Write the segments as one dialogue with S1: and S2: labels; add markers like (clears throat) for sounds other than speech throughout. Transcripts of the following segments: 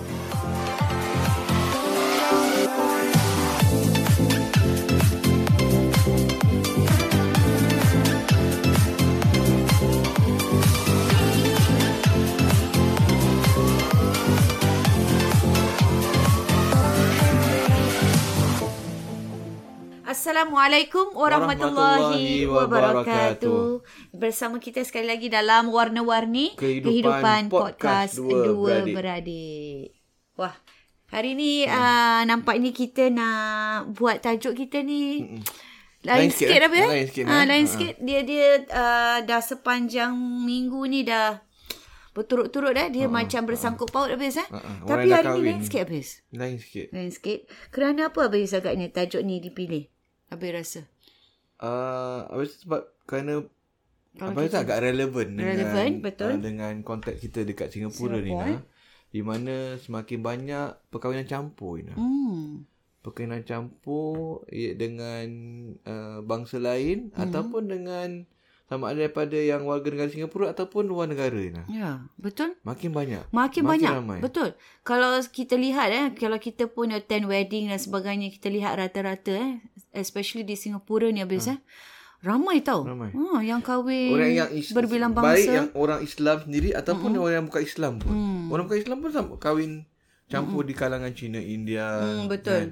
S1: Assalamualaikum warahmatullahi, warahmatullahi wabarakatuh. Bersama kita sekali lagi dalam Warna-Warni
S2: Kehidupan, Kehidupan Podcast, Podcast Dua, Dua Beradik.
S1: Beradik. Wah, hari ni hmm. uh, nampak ni kita nak buat tajuk kita ni hmm. lain, lain sikit, sikit apa ya?
S2: Lain sikit.
S1: Ha, eh? lain ha. sikit. Dia dia uh, dah sepanjang minggu ni dah berturut-turut dah dia uh, macam bersangkut uh, paut habis eh. Uh, Tapi hari ni lain sikit habis.
S2: Lain sikit.
S1: Lain sikit. Kerana apa habis agaknya tajuk ni dipilih? Habis rasa?
S2: Uh, habis sebab kerana Kalau Abang rasa agak relevan dengan,
S1: Relevan, betul.
S2: Uh, dengan konteks kita dekat Singapura, Singapura. ni Nah, di mana semakin banyak perkahwinan campur ni.
S1: Hmm.
S2: Perkahwinan campur ya, dengan uh, bangsa lain hmm.
S1: Mhm.
S2: ataupun dengan sama ada daripada yang warga negara Singapura ataupun luar negara
S1: nah. Ya, betul.
S2: Makin banyak.
S1: Makin, makin banyak. Ramai. Betul. Kalau kita lihat eh kalau kita pun attend wedding dan sebagainya kita lihat rata-rata eh especially di Singapura ni habis ha. eh. Ramai tau.
S2: Ah. Ramai.
S1: Ha, yang kahwin
S2: orang yang is-
S1: berbilang bangsa. Mhm.
S2: Baik yang orang Islam sendiri ataupun mm-hmm. orang yang bukan Islam pun. Mm.
S1: Hmm.
S2: Orang bukan Islam pun sama kahwin campur mm-hmm. di kalangan Cina, India.
S1: Mm, Hmm. betul. Kan?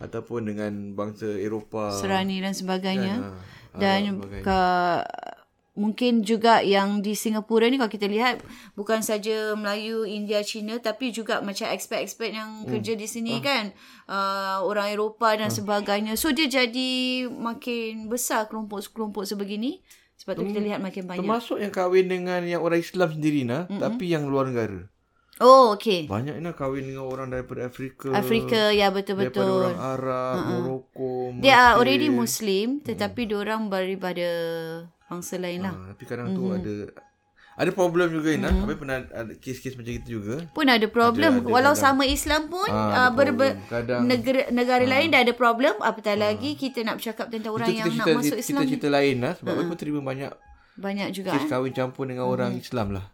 S2: Ataupun dengan bangsa Eropah.
S1: Serani dan
S2: ah.
S1: sebagainya. Kan, ha dan uh, ke, mungkin juga yang di Singapura ni kalau kita lihat bukan saja Melayu, India, Cina tapi juga macam expat-expat yang hmm. kerja di sini uh. kan uh, orang Eropah dan uh. sebagainya. So dia jadi makin besar kelompok-kelompok sebegini. Sebab tu hmm. kita lihat makin banyak.
S2: Termasuk yang kahwin dengan yang orang Islam sendiri nah, mm-hmm. tapi yang luar negara.
S1: Oh, okey.
S2: Banyak nak kahwin dengan orang daripada Afrika.
S1: Afrika, ya betul-betul.
S2: Daripada orang Arab, uh-uh. Morocco.
S1: They Mesir. are already Muslim tetapi hmm. diorang daripada bangsa lain lah.
S2: Uh, tapi kadang mm-hmm. tu ada ada problem juga
S1: Mhm.
S2: Ina. Mm-hmm. Habis pernah ada kes-kes macam itu juga.
S1: Pun ada problem. Ada, ada Walau kadang, sama Islam pun
S2: ha,
S1: uh, berbe- kadang, negara, negara ha. lain dah ada problem. Apatah ha. lagi kita nak bercakap tentang orang
S2: Ah. itu
S1: yang nak masuk Islam. Mhm.
S2: Itu cerita lain lah. Sebab ha. aku terima banyak
S1: banyak juga eh.
S2: kes kahwin campur dengan orang
S1: Mhm.
S2: hmm. Islam lah.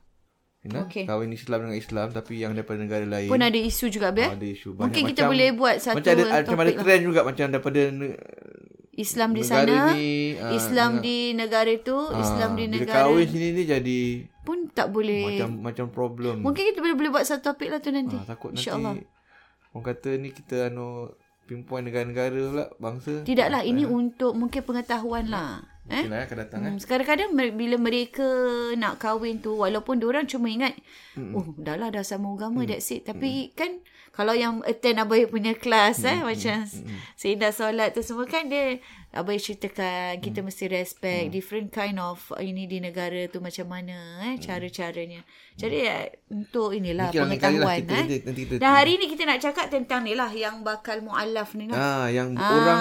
S2: Nah, okay. Kahwin Islam dengan Islam tapi yang daripada negara lain.
S1: Pun ada isu juga Bel.
S2: Ada isu.
S1: Banyak Mungkin kita macam, boleh buat satu
S2: Ah, macam ada, macam ada trend lah. juga macam daripada
S1: Islam di
S2: negara
S1: sana,
S2: ni,
S1: Islam
S2: uh,
S1: di negara tu, uh, Islam di negara.
S2: Bila kahwin sini ni jadi
S1: pun tak boleh.
S2: Macam macam problem.
S1: Mungkin kita boleh boleh buat satu topik lah tu nanti.
S2: Uh, takut nanti Allah. orang kata ni kita anu pinpoint negara-negara pula bangsa.
S1: Tidaklah
S2: Eh.
S1: ini uh, untuk mungkin pengetahuan lah.
S2: Mungkin eh? lah akan datang hmm,
S1: eh. Kadang-kadang bila mereka nak kahwin tu walaupun orang cuma ingat
S2: Hmm.
S1: mm oh dah lah dah sama agama mm that's it tapi mm kan kalau yang attend abai punya kelas
S2: Hmm,
S1: mm eh macam mm seindah solat tu semua kan dia abai ceritakan kita mm
S2: Hmm.
S1: mesti respect mm different kind of ini di negara tu macam mana
S2: Hmm.
S1: eh cara-caranya. Jadi mm untuk inilah
S2: Mungkin lain kali lah
S1: pengetahuan
S2: Hmm. kita-
S1: eh.
S2: nanti- nanti kita-
S1: Dan hari ni kita nak cakap tentang ni lah yang bakal mualaf ni lah.
S2: Ah, yang
S1: Ah.
S2: orang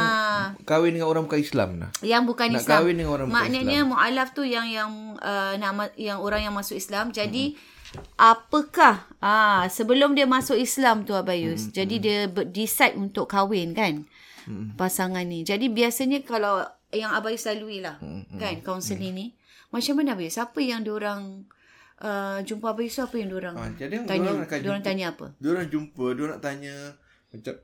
S2: kahwin dengan orang bukan Islam lah.
S1: Yang bukan
S2: Nak
S1: Islam.
S2: kahwin dengan orang bukan
S1: Maknanya
S2: Islam.
S1: mualaf tu yang yang uh, nama yang orang yang masuk Islam. Jadi mm-hmm. apakah ah sebelum dia masuk Islam tu Abayus.
S2: Mm-hmm.
S1: Jadi dia ber- decide untuk kahwin kan. Pasangan ni. Jadi biasanya kalau
S2: Mm-hmm.
S1: yang Abayus lalui lah kan kaunseling ni. Macam mana Abayus? Apa yang diorang uh, jumpa Abah Yusuf apa yang diorang
S2: Ha, jadi
S1: tanya?
S2: diorang akan
S1: Diorang
S2: jumpa.
S1: tanya apa?
S2: Dia orang jumpa, dia orang tanya macam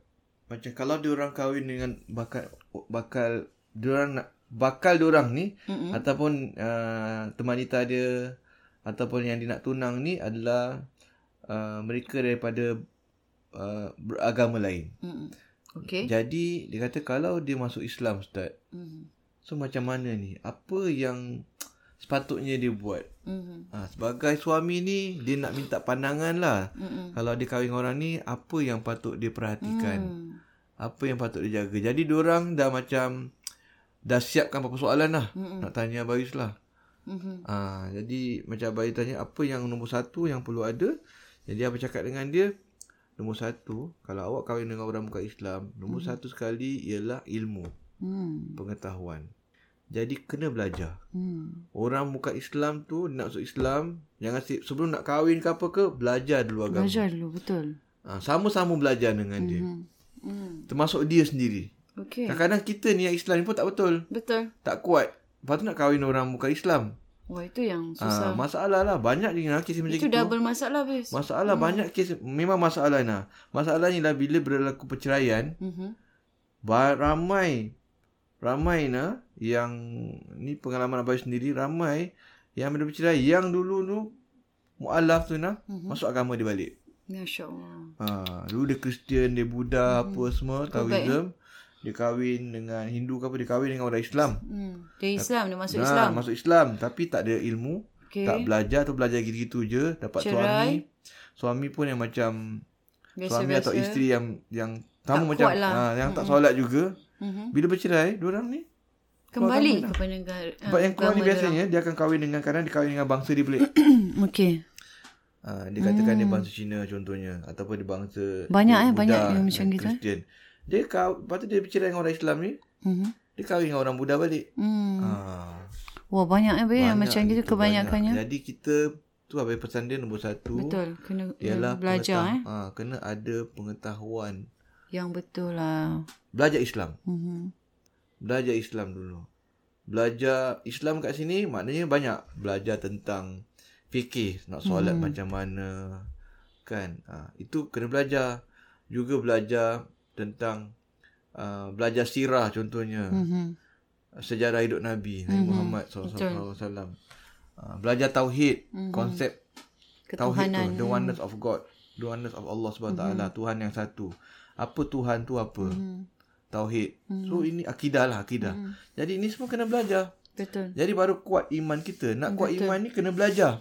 S2: macam kalau dia orang kahwin dengan bakal bakal dia orang nak bakal dia orang ni
S1: Mm-mm.
S2: ataupun uh, teman wanita dia ataupun yang dia nak tunang ni adalah uh, mereka daripada uh, beragama lain.
S1: Mm-mm. Okay.
S2: Jadi dia kata kalau dia masuk Islam ustaz. Mm-hmm.
S1: Mm.
S2: So macam mana ni? Apa yang sepatutnya dia buat?
S1: Mm.
S2: Ha, sebagai suami ni dia nak minta pandangan lah.
S1: Mm.
S2: Kalau dia kahwin dengan orang ni apa yang patut dia perhatikan?
S1: Mm.
S2: Apa yang patut dia jaga? Jadi diorang dah macam dah siapkan beberapa soalan lah.
S1: Mm-mm.
S2: Nak tanya Abang Yus lah.
S1: Mm-mm.
S2: Ha, jadi macam Abang Yus tanya apa yang nombor satu yang perlu ada. Jadi Abang cakap dengan dia. Nombor satu, kalau awak kahwin dengan orang bukan Islam. Nombor satu sekali ialah ilmu,
S1: Mm.
S2: pengetahuan. Jadi kena belajar.
S1: Mm.
S2: Orang bukan Islam tu dia nak masuk Islam jangan se- sebelum nak kahwin ke apa ke belajar dulu agama.
S1: Belajar dulu betul.
S2: Ha, sama-sama belajar dengan dia.
S1: Mm. Mm.
S2: Termasuk dia sendiri.
S1: Okay.
S2: Kadang-kadang kita ni yang Islam ni pun tak betul,
S1: Betul.
S2: tak kuat. Lepas tu nak kahwin orang bukan Islam.
S1: Wah itu yang
S2: Ha,
S1: susah.
S2: masalah lah banyak je yang kes macam
S1: itu
S2: itu.
S1: double masalah bes.
S2: Masalah hmm. banyak kes memang masalah nah. Masalahnya lah bila berlaku perceraian,
S1: Mm-hmm.
S2: ba- ramai ramai nah yang ni pengalaman abang sendiri ramai yang bila bercerai yang dulu tu mualaf tu nah
S1: Mhm.
S2: masuk agama dia balik.
S1: Masya Allah.
S2: Ha, dulu dia Kristian, dia Buddha,
S1: Hmm.
S2: apa semua, Taoism.
S1: eh?
S2: Dia kahwin dengan Hindu ke apa, dia kahwin dengan orang Islam.
S1: Mm. Dia Islam, dia masuk
S2: Nah,
S1: Islam.
S2: Masuk Islam tapi tak ada ilmu,
S1: okay.
S2: tak belajar tu belajar gitu-gitu je, dapat
S1: Cerai.
S2: suami. Suami pun yang macam suami atau isteri yang yang
S1: Tak
S2: sama
S1: kuat
S2: macam
S1: lah.
S2: ha, yang tak solat juga.
S1: Mm-hmm.
S2: Bila bercerai, dua orang ni
S1: Kembali
S2: Keluarga
S1: kepada negara.
S2: Sebab yang
S1: Ah, agama lah.
S2: keluar ni
S1: Hmm,
S2: biasanya dia akan kahwin dengan kadang dia kahwin dengan bangsa dia
S1: (coughs)
S2: pelik.
S1: dorang. Okay.
S2: ha, dia katakan dia bangsa Cina contohnya ataupun dia bangsa
S1: Hmm. Banyak,
S2: dia
S1: eh, banyak
S2: Buddha
S1: yang macam
S2: dan
S1: gitu, eh.
S2: Kristian. Dia kau lepas tu dia bercerai dengan orang Islam ni,
S1: Mm-hmm.
S2: dia kahwin dengan orang Buddha balik.
S1: Mm.
S2: Ha,
S1: Wah banyak eh Abang, yang
S2: banyak lah
S1: macam gitu
S2: itu,
S1: kebanyakannya.
S2: banyak. Jadi kita tu apa pesan dia nombor satu
S1: Betul. Kena
S2: ialah
S1: Yalah, belajar eh.
S2: pengetahu- ha, kena ada pengetahuan
S1: Yang betul lah.
S2: belajar Islam.
S1: Mm-hmm.
S2: Belajar Islam dulu. Belajar Islam kat sini maknanya banyak belajar tentang fikih, nak solat hmm. macam mana kan. Ha, itu kena belajar. Juga belajar tentang uh, belajar sirah contohnya. Hmm.
S1: Mm-hmm.
S2: Sejarah hidup Nabi Nabi
S1: Mhm.
S2: Muhammad sallallahu alaihi wasallam. Uh, belajar tauhid,
S1: Mhm.
S2: hmm. ya. konsep tauhid
S1: Ketuhanan.
S2: tu, the oneness of God, the oneness of Allah Subhanahu taala, Tuhan yang satu. Apa Tuhan tu apa?
S1: Mm.
S2: Hmm. Tauhid. So
S1: Hmm.
S2: ini akidah lah akidah.
S1: Mm.
S2: Jadi ini semua kena belajar.
S1: Betul.
S2: Jadi baru kuat iman kita. Nak kuat
S1: Betul.
S2: iman ni kena belajar.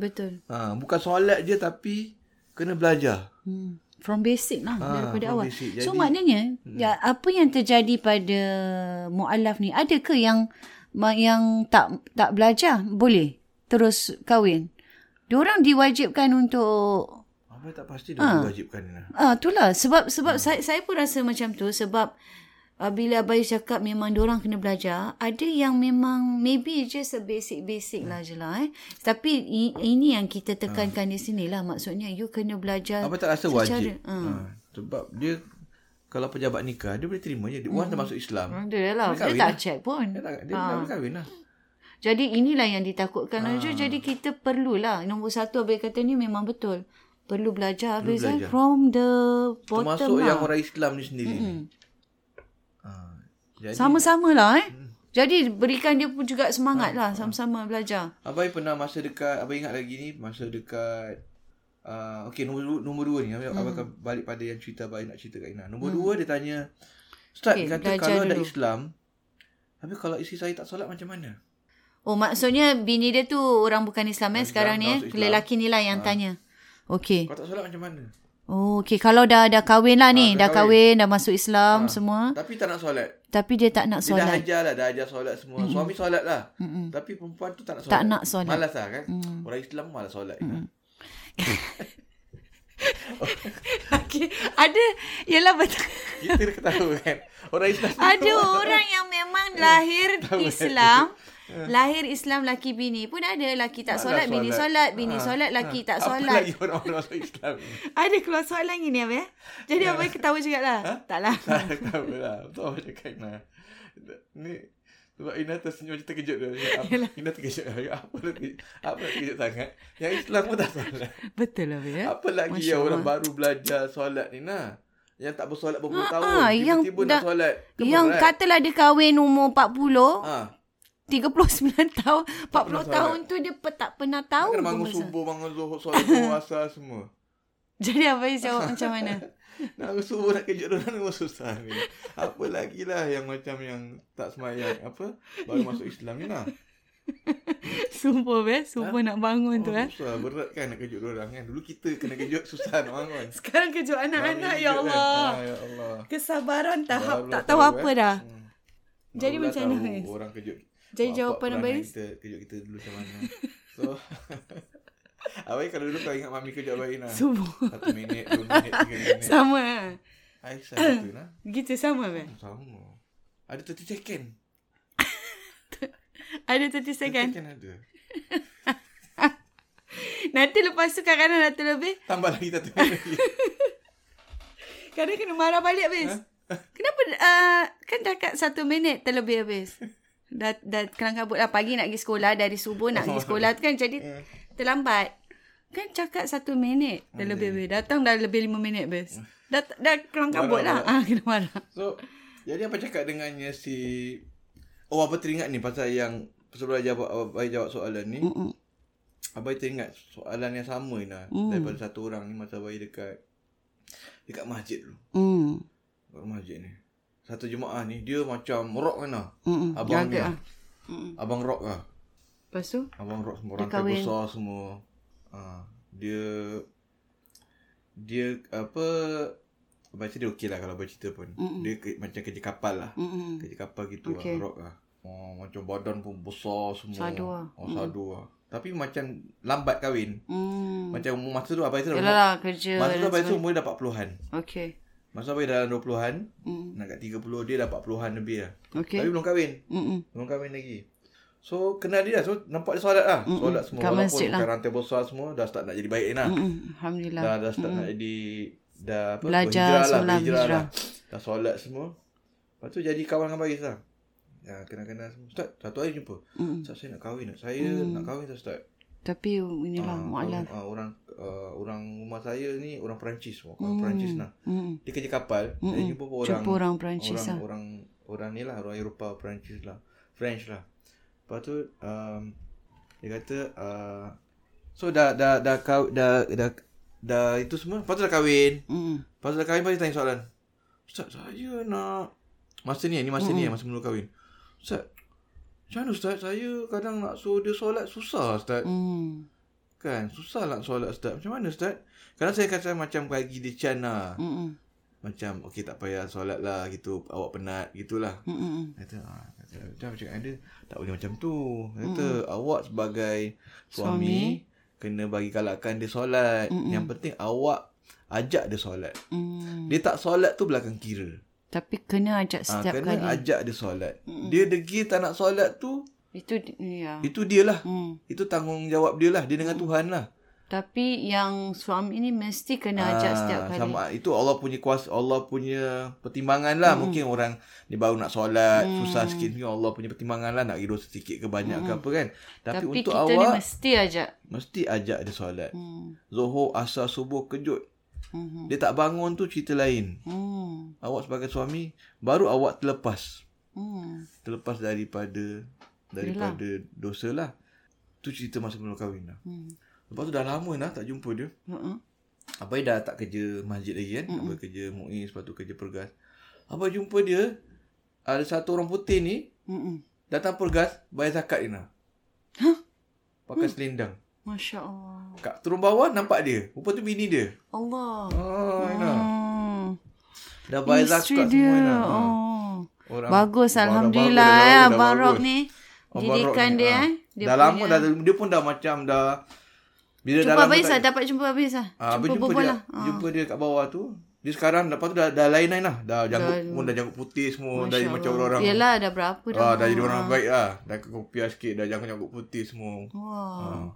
S1: Betul.
S2: Ha, bukan solat je tapi kena belajar.
S1: Hmm. From basic lah
S2: Ah,
S1: daripada
S2: from
S1: awal.
S2: basic.
S1: so
S2: Jadi- Hmm.
S1: maknanya ya, apa yang terjadi pada mualaf ni ada ke yang ma- yang tak tak belajar boleh terus kahwin? Diorang diwajibkan untuk
S2: Apa tak pasti dia ha. wajibkan ni lah.
S1: ah itulah sebab
S2: Hmm.
S1: sebab saya saya pun rasa macam tu sebab uh, bila abai cakap memang diorang kena belajar ada yang memang maybe just a basic basic lah je lah eh tapi i, ini yang kita
S2: Ah.
S1: tekankan di sini lah maksudnya you kena belajar
S2: Apa tak rasa
S1: secara-
S2: wajib.
S1: Ah.
S2: Ha, sebab dia kalau pejabat nikah dia boleh terima je. Dia
S1: Hmm.
S2: orang termasuk Islam.
S1: Ada dia lah.
S2: Dia
S1: Dia
S2: kahwin
S1: tak
S2: lah.
S1: check pun.
S2: Dia tak dia ha.
S1: Ah.
S2: boleh kahwin lah.
S1: Jadi inilah yang ditakutkan ha.
S2: Ah.
S1: Jadi kita perlulah. Nombor satu Abang kata ni memang betul. Perlu belajar Abang Zai
S2: belajar.
S1: from the bottom
S2: Termasuk
S1: lah. Hmm.
S2: yang orang Islam ni sendiri. Mm-hmm. Ha, jadi
S1: Sama-sama lah eh.
S2: Hmm.
S1: Jadi berikan dia pun juga semangat
S2: Ah.
S1: lah. Sama-sama belajar.
S2: Abai pernah masa dekat Abai ingat lagi ni Masa dekat uh, Okay nombor, dua- nombor dua ni Abai, hmm. Abai akan balik pada yang cerita Abai nak cerita kat Ina Nombor hmm. dua dia tanya Ustaz
S1: Okey,
S2: okay, kata
S1: belajar
S2: kalau ada
S1: dulu.
S2: Islam Tapi kalau isteri saya tak solat macam mana?
S1: Oh maksudnya bini dia tu orang bukan Islam eh
S2: Islam,
S1: sekarang ni eh.
S2: masuk Islam. Ah.
S1: Lelaki ni lah yang tanya. Okey.
S2: Kalau tak solat macam mana?
S1: Oh, okey. Kalau dah dah kahwin lah ni.
S2: Ah, dah
S1: dah kahwin. dah masuk Islam semua.
S2: Tapi tak nak solat
S1: Tapi dia tak nak
S2: Dia dah
S1: solat.
S2: ajar lah Dah ajar solat semua hmm. Suami solat lah hmm. Tapi perempuan tu tak nak solat
S1: Tak nak solat.
S2: Malas lah kan hmm. Orang Islam malas solat hmm.
S1: (laughs) Okey. Ada. Yelah betul.
S2: Kita dah ketawa kan Orang Islam ni
S1: Ada orang yang memang
S2: Eh,
S1: lahir Islam. Lahir Islam laki bini pun ada. Laki tak
S2: malas
S1: solat, bini solat. Bini
S2: Ha,
S1: solat, laki
S2: ha.
S1: tak
S2: Apa
S1: solat.
S2: lagi orang-orang Islam ni
S1: Ada keluar soalan gini apa ya? Jadi apa ketawa juga lah. (laughs) Tak lah.
S2: Tak tahu lah Betul apa cakap Ina Ni Sebab Ina tersenyum macam terkejut dia. Ya, apa- Ina terkejut. Ya, apa nak terkejut, apa nak terkejut sangat? Yang Islam pun tak
S3: (laughs)
S2: solat.
S1: Betul lah
S3: Eh?
S1: ya.
S2: Apa lagi
S1: Masya
S2: yang orang
S1: Allah.
S2: baru belajar solat ni nah? Yang tak bersolat berpuluh
S3: Ah,
S2: tahun.
S3: ah, yang
S2: Tiba-tiba nak
S3: dah-
S2: solat. Kemerat.
S3: Yang katalah dia kahwin umur 40,
S2: Ah,
S1: (laughs)
S3: 39 tahun, 40
S2: pernah solat.
S3: tahun tu dia pe- tak pernah
S2: Tahu
S3: tahu.
S2: kena
S3: pun
S2: bangun
S3: pasal-
S2: subuh, bangun zuhur,
S3: (laughs)
S2: solat zuhur, asar semua.
S3: Jadi Abang
S2: (laughs)
S3: jawab macam mana?
S2: Nak bangun subuh nak kejut orang memang susah ni. Apa lagi lah yang macam yang tak semayang. Apa? Baru masuk Islam ni lah.
S1: Sumpah eh. Sumpah nak bangun tu eh.
S2: susah. Berat kan nak kejut orang kan. Dulu kita kena kejut susah nak bangun.
S1: Sekarang kejut anak-anak
S2: Bangun
S1: ya
S2: kejut kan.
S1: Allah.
S2: Ah, ya Allah.
S1: Kesabaran tahap
S2: Baru
S1: tak
S2: dah
S1: tahu apa
S2: eh.
S1: dah.
S2: Hmm.
S1: Jadi
S2: Baru dah
S1: macam
S2: tahu
S1: mana, Faiz?
S2: Orang kejut.
S1: Jadi
S2: bapak
S1: jawapan
S2: perangai
S1: Abang Is.
S2: Kita, kejut kita dulu macam mana. So, (laughs) Abang Is kalau dulu kau ingat mami kejut Abang Is
S1: (laughs)
S2: lah.
S1: Subuh.
S2: Satu minit, dua minit, tiga minit.
S1: Sama eh.
S2: Aisyah gitu lah.
S1: Gitu sama eh.
S2: Sama. Ada 30 second.
S1: Ada 30 second.
S2: 30 second ada.
S1: Nanti lepas tu kadang-kadang Dato' lebih.
S2: Tambah lagi satu minit lagi.
S1: (laughs) Kadang kena marah balik habis. Kenapa uh, kan dah kat satu minit terlebih habis. Dah, dah kelang kabut lah. Pagi nak pergi sekolah. Dari subuh nak pergi sekolah tu kan jadi
S2: Hmm.
S1: terlambat. Kan cakap satu minit terlebih habis. Datang dah lebih lima minit habis. Dah, dah kelang kabut lah. Ah, kena marah.
S2: So, jadi apa cakap dengannya si... Oh, apa teringat ni pasal yang sebelum jawab, abang jawab soalan ni.
S1: Mm-mm.
S2: Abang teringat soalan yang sama ni lah.
S1: Mm.
S2: Daripada satu orang ni masa abang dekat... Dekat masjid dulu.
S1: Mm.
S2: Dekat masjid ni. Satu jemaah ni, dia macam rock kan lah.
S1: Mm-mm.
S2: Abang ni
S1: Jaga
S2: lah.
S1: lah. Mm-mm.
S2: Abang rock lah.
S1: Lepas tu?
S2: Abang Rock semua
S1: Dia
S2: rantai
S1: kahwin.
S2: besar semua. Ha, dia dia apa baca dia okey lah kalau bercerita pun.
S1: Mm-mm.
S2: Dia ke, macam kerja kapal lah.
S1: Mm-mm.
S2: Kerja kapal gitu
S1: Okay.
S2: lah, rock lah. Oh, macam badan pun besar semua.
S1: Sadu lah.
S2: Oh, sadu lah. Tapi macam lambat kahwin.
S1: Mm.
S2: Macam umur masa tu abang Isra
S1: Yalah
S2: umur,
S1: lah kerja. dan
S2: masa tu abang Isra
S1: sebagainya.
S2: umur dia dah 40-an.
S1: Okay.
S2: Masa abang Isra dalam 20-an,
S1: Mm.
S2: nak kat 30 dia dah 40-an lebih lah.
S1: Okay.
S2: Tapi belum kahwin.
S1: Mm-mm.
S2: Belum kahwin lagi. So kenal dia lah. So nampak dia solat lah.
S1: Mm-mm.
S2: Solat semua.
S1: Kat
S2: Walaupun
S1: masjid lah.
S2: bukan rantai besar semua. Dah start nak jadi baik lah.
S1: Mm-mm. Hmm, Alhamdulillah.
S2: Dah, dah start nak jadi. Dah apa.
S1: Hmm. Belajar,
S2: berhijrah lah,
S1: solat,
S2: berhijrah
S1: hijrah.
S2: lah. Dah solat semua. Lepas tu jadi kawan dengan Baris lah. Ya, kenal-kenal semua. Ustaz, satu hari jumpa.
S1: Mm-mm.
S2: Ustaz, saya nak kahwin. Nak. Saya
S1: Mm.
S2: nak kahwin tak Ustaz?
S1: Hmm, Tapi uh, lah, inilah
S2: Ah,
S1: mu'alah.
S2: orang- ah, orang ah, orang rumah saya ni orang Perancis. Orang
S1: Mm.
S2: Perancis lah.
S1: Mm.
S2: Dia kerja kapal. Saya
S1: Mm-mm.
S2: jumpa pun orang.
S1: Hmm. Jumpa orang Perancis
S2: orang,
S1: lah.
S2: orang orang ni lah orang Eropah Perancis lah French lah lepas tu um, dia kata uh, so dah dah dah kau dah dah dah itu semua lepas tu dah kahwin
S1: Mm.
S2: lepas tu dah kahwin lepas tu dia tanya soalan ustaz saya nak masa ni eh, ni masa ni eh, masa mula kahwin ustaz macam mana ustaz saya kadang nak suruh dia solat susah ustaz
S1: Mm.
S2: kan susah nak solat ustaz macam mana ustaz kadang saya kata macam bagi dia can lah
S1: Mm-mm.
S2: macam okey tak payah solat lah gitu awak penat gitulah
S1: Mm-mm.
S2: dia kata, ah, kata, macam macam ada tak boleh macam tu. Dia kata,
S1: Mm.
S2: awak sebagai suami, kena bagi galakkan dia solat.
S1: Mm-mm.
S2: Yang penting awak ajak dia solat.
S1: Mm.
S2: Dia tak solat tu belakang kira.
S1: Tapi kena ajak
S2: Ah,
S1: setiap
S2: kena
S1: kali.
S2: ajak dia solat.
S1: Mm-mm.
S2: Dia degil tak nak solat tu,
S1: Itu di- ya.
S2: itu dia lah.
S1: Mm.
S2: Itu tanggungjawab dia lah. Dia dengan Tuhan lah.
S1: Tapi yang suami ni mesti kena ajak
S2: Ah,
S1: setiap kali.
S2: Sama itu Allah punya kuasa, Allah punya pertimbangan lah. Mungkin orang ni baru nak solat,
S1: Mm.
S2: susah sikit. Mungkin Allah punya pertimbangan lah nak pergi dosa sikit ke banyak ke apa kan. Tapi,
S1: Tapi
S2: untuk
S1: kita
S2: awak
S1: ni mesti ajak.
S2: mesti ajak dia solat.
S1: Mm.
S2: Zuhur, asar, subuh, kejut.
S1: Mm-hmm.
S2: Dia tak bangun tu cerita lain.
S1: Mm.
S2: Awak sebagai suami baru awak terlepas.
S1: Mm.
S2: Terlepas daripada daripada dosa lah. Tu cerita masa belum kahwin lah.
S1: Mm.
S2: Lepas tu dah lama dah tak jumpa dia.
S1: Mm-mm.
S2: Abai dah tak kerja masjid lagi kan. Mm-hmm. Abai kerja MUI lepas tu kerja pergas. Abai jumpa dia ada satu orang putih ni
S1: Mm-mm.
S2: datang pergas bayar zakat ni lah.
S1: Hah? Hmm.
S2: Pakai selendang.
S1: Masya Allah.
S2: Kat turun bawah nampak dia. Rupa tu bini dia.
S1: Allah.
S2: Oh, Ina.
S1: Mm.
S2: Dah bayar
S1: Isteri
S2: zakat
S1: dia.
S2: semua Ina. Ha.
S1: Oh.
S2: Orang
S1: Bagus
S2: baru-
S1: Alhamdulillah
S2: baru-
S1: eh
S2: dah
S1: Abang
S2: bagus.
S1: Rob ni
S2: Abang
S1: Didikan
S2: Rob ni,
S1: dia
S2: ah.
S1: eh Dia
S2: dah lama
S1: punya-
S2: dah dia pun dah macam dah bila
S1: Jumpa
S2: dah lama
S1: Abang Isa
S2: tak-
S1: Dapat jumpa Abang Isa
S2: Ah,
S1: Jumpa
S2: jumpa, jumpa
S1: berbual
S2: dia,
S1: lah Ah.
S2: jumpa dia kat bawah tu. Dia sekarang lepas tu dah, dah lain lain lah. Dah janggut pun dah janggut putih semua. dah jadi macam orang-orang.
S1: Ha,
S2: Ha,
S1: Yelah dah berapa dah
S2: Ah, dah jadi orang baik lah. Dah kopiah sikit. Dah janggut-janggut putih semua.
S1: Wah
S2: Ah.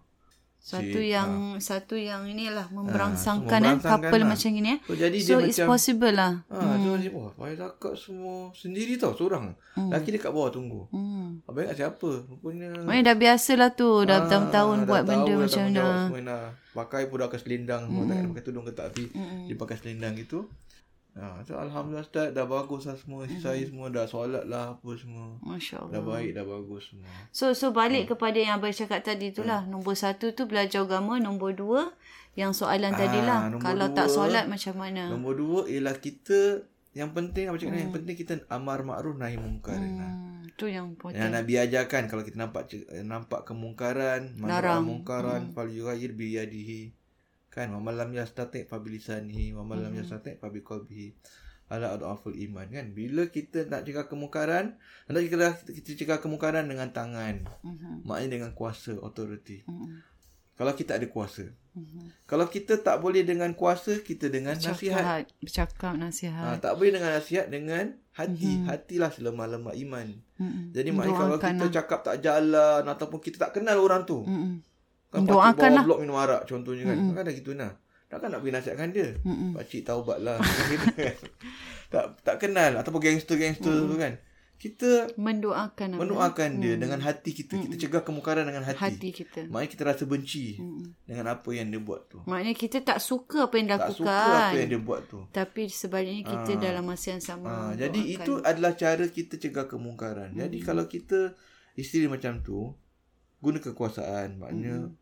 S1: Satu
S4: Cik,
S1: yang satu yang inilah memberangsangkan eh
S2: memberangsangkan
S1: couple
S2: ha. lah.
S1: macam ini eh.
S2: So jadi
S1: So
S2: dia
S1: it's
S2: macam
S1: possible lah.
S2: Ha, hmm. dia macam, wah, Faiz akak semua sendiri tau, seorang. Hmm. Laki dekat bawah tunggu.
S1: Hmm.
S2: Abang ingat siapa? Rupanya...
S1: Maksudnya dah biasalah tu dah
S2: Ah,
S1: bertahun-tahun
S2: dah
S1: buat
S2: tahu
S1: benda
S2: dah
S1: macam
S2: tanggungjawab
S1: mana. Hmm.
S2: semua, Nah. Pakai pun dah pakai selendang. Mm. Tak pakai tudung ke tak tapi mm. dia pakai selendang gitu. Ha, so, Alhamdulillah Ustaz dah bagus lah semua. Mm. Saya semua dah solat lah apa semua.
S1: Masya-Allah.
S2: Dah baik, dah bagus semua.
S1: So so balik hmm. kepada yang abang cakap tadi itulah. Hmm. Nombor satu tu belajar agama, nombor dua yang soalan ah, tadilah.
S2: nombor
S1: Kalau
S2: dua.
S1: tak solat macam mana?
S2: Nombor dua ialah kita yang penting apa cakap ni? Yang penting kita amar ma'ruf nahi mungkar. Nah.
S1: Hmm, tu yang important.
S2: kan, Yang Nabi ajarkan kalau kita nampak ce- eh, nampak kemungkaran,
S1: Larang.
S2: mana mungkaran fal yughayyir bi yadihi. Kan wa man lam yastati' fa bi lisanihi wa man lam yastati' fa bi qalbihi. Ala adaful iman kan. Bila kita nak cegah kemungkaran, hendak kita kita cegah kemungkaran dengan tangan.
S1: Mhm.
S2: Maknanya dengan kuasa, authority.
S1: Mhm.
S2: Kalau kita ada kuasa.
S1: Mhm.
S2: Kalau kita tak boleh dengan kuasa, kita dengan nasihat.
S1: Cakap, bercakap
S2: Ha,
S1: nasihat.
S2: tak boleh dengan nasihat dengan hati. Mm-hmm. Hatilah selemah-lemah iman.
S1: Mm-mm.
S2: Ah, Jadi maknanya kalau
S1: Doakan
S2: kita cakap tak jalan ataupun kita tak kenal orang tu. Mm.
S1: Mm-mm.
S2: Kan
S1: Doakan
S2: pakcik bawa
S1: lah.
S2: blok minum arak contohnya kan. Mm. Kan ada gitu nah. Takkan nak pergi nasihatkan dia.
S1: Mm-mm.
S2: Pakcik taubat lah. (laughs) tak tak kenal ataupun gangster-gangster mm. tu kan. Kita
S1: Mendoakan lah. apa?
S2: mendoakan dia dengan hati kita. Kita cegah kemungkaran dengan hati.
S1: Mm. hati kita. Mhm,
S2: Maknanya kita rasa benci dengan apa yang dia buat tu.
S1: Maknanya kita tak suka apa yang dilakukan.
S2: Tak suka apa yang dia buat tu.
S1: Tapi sebaliknya kita dalam masa yang sama.
S2: Ha,
S1: mendoakan.
S2: jadi itu adalah cara kita cegah kemungkaran. Jadi kalau kita isteri macam tu guna kekuasaan maknanya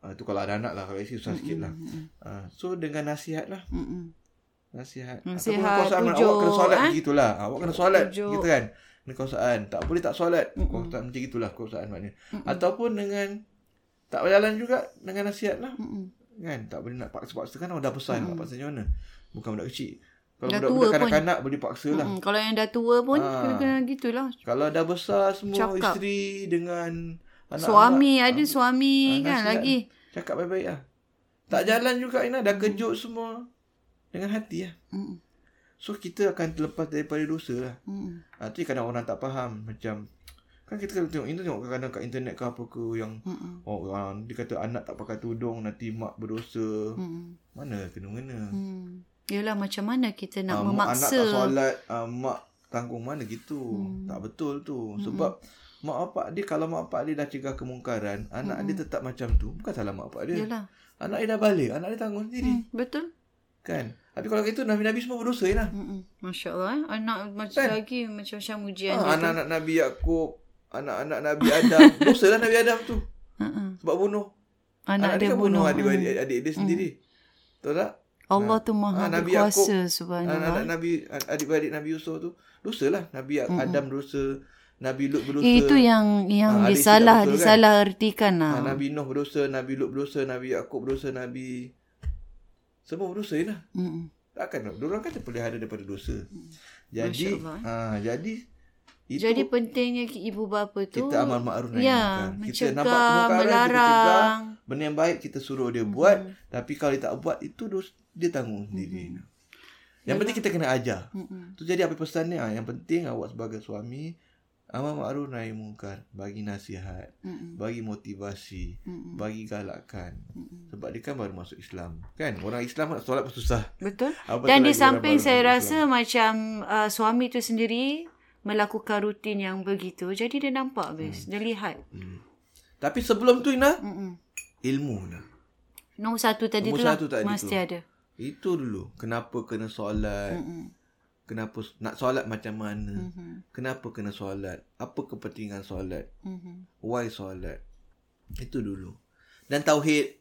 S2: ah, tu kalau ada anak lah kalau isteri susah sikit
S1: Mhm, Hmm.
S2: lah. Ah, so dengan nasihat lah.
S1: Mm-mm.
S2: Nasihat.
S1: Nasihat,
S2: Ataupun kekuasaan mana awak kena
S1: pujuk,
S2: solat
S1: eh?
S2: begitulah. Awak kena solat
S1: Pujuk.
S2: gitu kan. Dengan kekuasaan. Tak boleh tak solat. Kekuasaan macam gitulah kekuasaan maknanya. Ataupun dengan tak berjalan juga dengan nasihat lah.
S1: Mm-mm.
S2: Kan tak boleh nak paksa-paksa kan orang dah besar nak paksa macam mana. Bukan budak kecil. Kalau
S1: Dah
S2: budak-budak
S1: tua pun.
S2: kanak-kanak boleh paksa lah.
S1: Mm-mm. Kalau yang dah tua pun
S2: Ah.
S1: kena-kena gitulah.
S2: Kalau dah besar semua
S1: Cakap.
S2: Cakap. isteri dengan anak-anak.
S1: Suami ada suami
S2: Ah,
S1: kan
S2: nasihat.
S1: lagi.
S2: Cakap baik-baik lah. Tak jalan juga Ina. Dah kejut semua. Dengan hati lah.
S1: Mm-mm.
S2: So kita akan terlepas daripada dosa lah.
S1: Mm-mm.
S2: Ha, tu kadang orang tak faham. Macam. Kan kita kalau tengok internet. Tengok kadang-kadang kat internet ke apa ke yang.
S1: Mm-mm.
S2: Oh, ah, dia kata anak tak pakai tudung. Nanti mak berdosa.
S1: Mm-mm.
S2: Mana kena-mena.
S1: Hmm. Yelah macam mana kita nak
S2: Ah, mak-
S1: memaksa.
S2: Anak tak solat, uh, mak tanggung mana gitu. Hmm. Tak betul tu. Sebab mak bapak dia kalau mak bapak dia dah cegah kemungkaran, anak dia
S1: Hmm.
S2: tetap macam tu. Bukan salah mak bapak dia.
S1: Yelah.
S2: Anak dia dah balik, anak dia tanggung sendiri.
S1: Hmm, Ya, betul.
S2: Kan? Tapi kalau gitu nabi-nabi semua berdosa je lah.
S1: Mm-mm. Masya Allah. Eh? Anak macam
S2: Kan?
S1: lagi macam-macam ujian
S2: Ha,
S1: dia tu.
S2: anak-anak Nabi Yakub, anak-anak Nabi
S1: (laughs)
S2: Adam, dosa lah Nabi Adam tu.
S1: Mm-mm.
S2: Sebab bunuh.
S1: Anak, dia
S2: kan
S1: bunuh.
S2: adik,
S1: Mm.
S2: adik, adik dia sendiri. Betul tak?
S1: Allah tu maha
S2: Ah, Nabi
S1: berkuasa
S2: Anak-anak
S1: subhanallah.
S2: Nabi adik-beradik Nabi Yusuf tu dosa lah. Nabi Adam dosa, Nabi Lut berdosa.
S1: Eh, Hmm. itu yang yang
S2: Ah,
S1: dia
S2: adik
S1: salah,
S2: tidak
S1: dia
S2: betul, kan?
S1: salah ertikan lah.
S2: Ha, Nabi Nuh berdosa, Nabi Lut berdosa, Nabi Yaakob berdosa, Nabi semua berdosa je lah.
S1: Mm-mm.
S2: Takkan orang kan terpelihara daripada dosa. Jadi
S1: Masya Allah,
S2: ha, jadi
S1: Hmm. eh.
S2: itu
S1: Jadi pentingnya ki- ibu bapa tu
S2: kita amal ma'ruf nahi
S1: Ya,
S2: munkar. Kita nampak
S1: mencegah,
S2: kemungkaran, kita
S1: melarang.
S2: cegah. Benda yang baik kita suruh dia buat, tapi kalau dia tak buat itu dos, dia tanggung sendiri.
S1: Hmm.
S2: Yang penting kita kena ajar.
S1: Mm-mm.
S2: Tu jadi apa pesan ni? Ha, yang penting awak sebagai suami amal ma'ruf nahi munkar, bagi nasihat,
S1: Mm-mm.
S2: bagi motivasi,
S1: Mm-mm.
S2: bagi galakan. Sebab dia kan baru masuk Islam. Kan? Orang Islam nak solat pun susah.
S1: Betul.
S2: Apa
S1: Dan di
S2: tu lagi orang
S1: samping
S2: baru
S1: saya
S2: masuk
S1: rasa macam uh, suami tu sendiri melakukan rutin yang begitu. Jadi dia
S2: Hmm.
S1: nampak bes, dia lihat.
S2: Tapi sebelum tu Ina,
S1: Mm-mm.
S2: ilmu Ina.
S1: Nombor satu tadi
S2: Nombor
S1: tu lah.
S2: satu tadi
S1: Mesti
S2: tu.
S1: ada.
S2: Itu dulu. Kenapa kena solat?
S1: Hmm.
S2: Kenapa nak solat macam mana? Kenapa kena solat? Apa kepentingan solat?
S1: Mm-hmm.
S2: Why solat? Itu dulu. Dan tauhid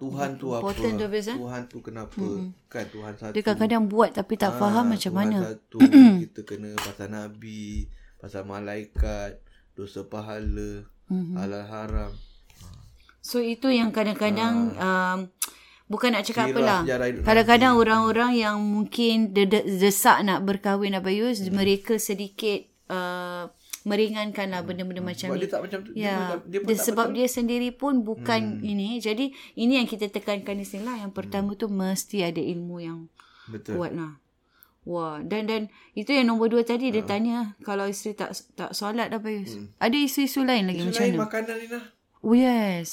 S2: Tuhan tu apa?
S1: Important tu, Bez, eh? Hmm,
S2: Tuhan tu kenapa? Kan Tuhan satu. Ah,
S1: Dia kadang-kadang buat tapi tak faham macam
S2: Tuhan
S1: mana. (clears throat)
S2: Satu, kita kena pasal Nabi, pasal malaikat, dosa pahala, mm-hmm.
S1: Hmm.
S2: halal haram.
S1: So itu yang kadang-kadang
S2: Ah.
S1: um, bukan nak cakap apa
S2: Sirah,
S1: lah.
S2: sejarah hidup
S1: Kadang-kadang orang-orang yang mungkin dede- desak nak berkahwin Abayus,
S2: Hmm.
S1: mereka sedikit uh, meringankan lah benda-benda macam
S2: Hmm. Sebab
S1: ni.
S2: dia tak macam tu. Dia, pun
S1: Ya,
S2: tak- dia pun
S1: dia
S2: tak
S1: sebab
S2: betul. Hmm.
S1: dia sendiri pun bukan ini. Jadi ini yang kita tekankan di sini lah. Yang pertama tu mesti ada ilmu yang
S2: Betul.
S1: kuat lah. Wah, dan dan itu yang nombor dua tadi
S2: Hmm.
S1: dia tanya kalau isteri tak tak solat apa Yus? Ada isu-isu lain lagi
S2: Isu
S1: macam
S2: lain
S1: mana?
S2: makanan ni lah.
S1: Oh yes.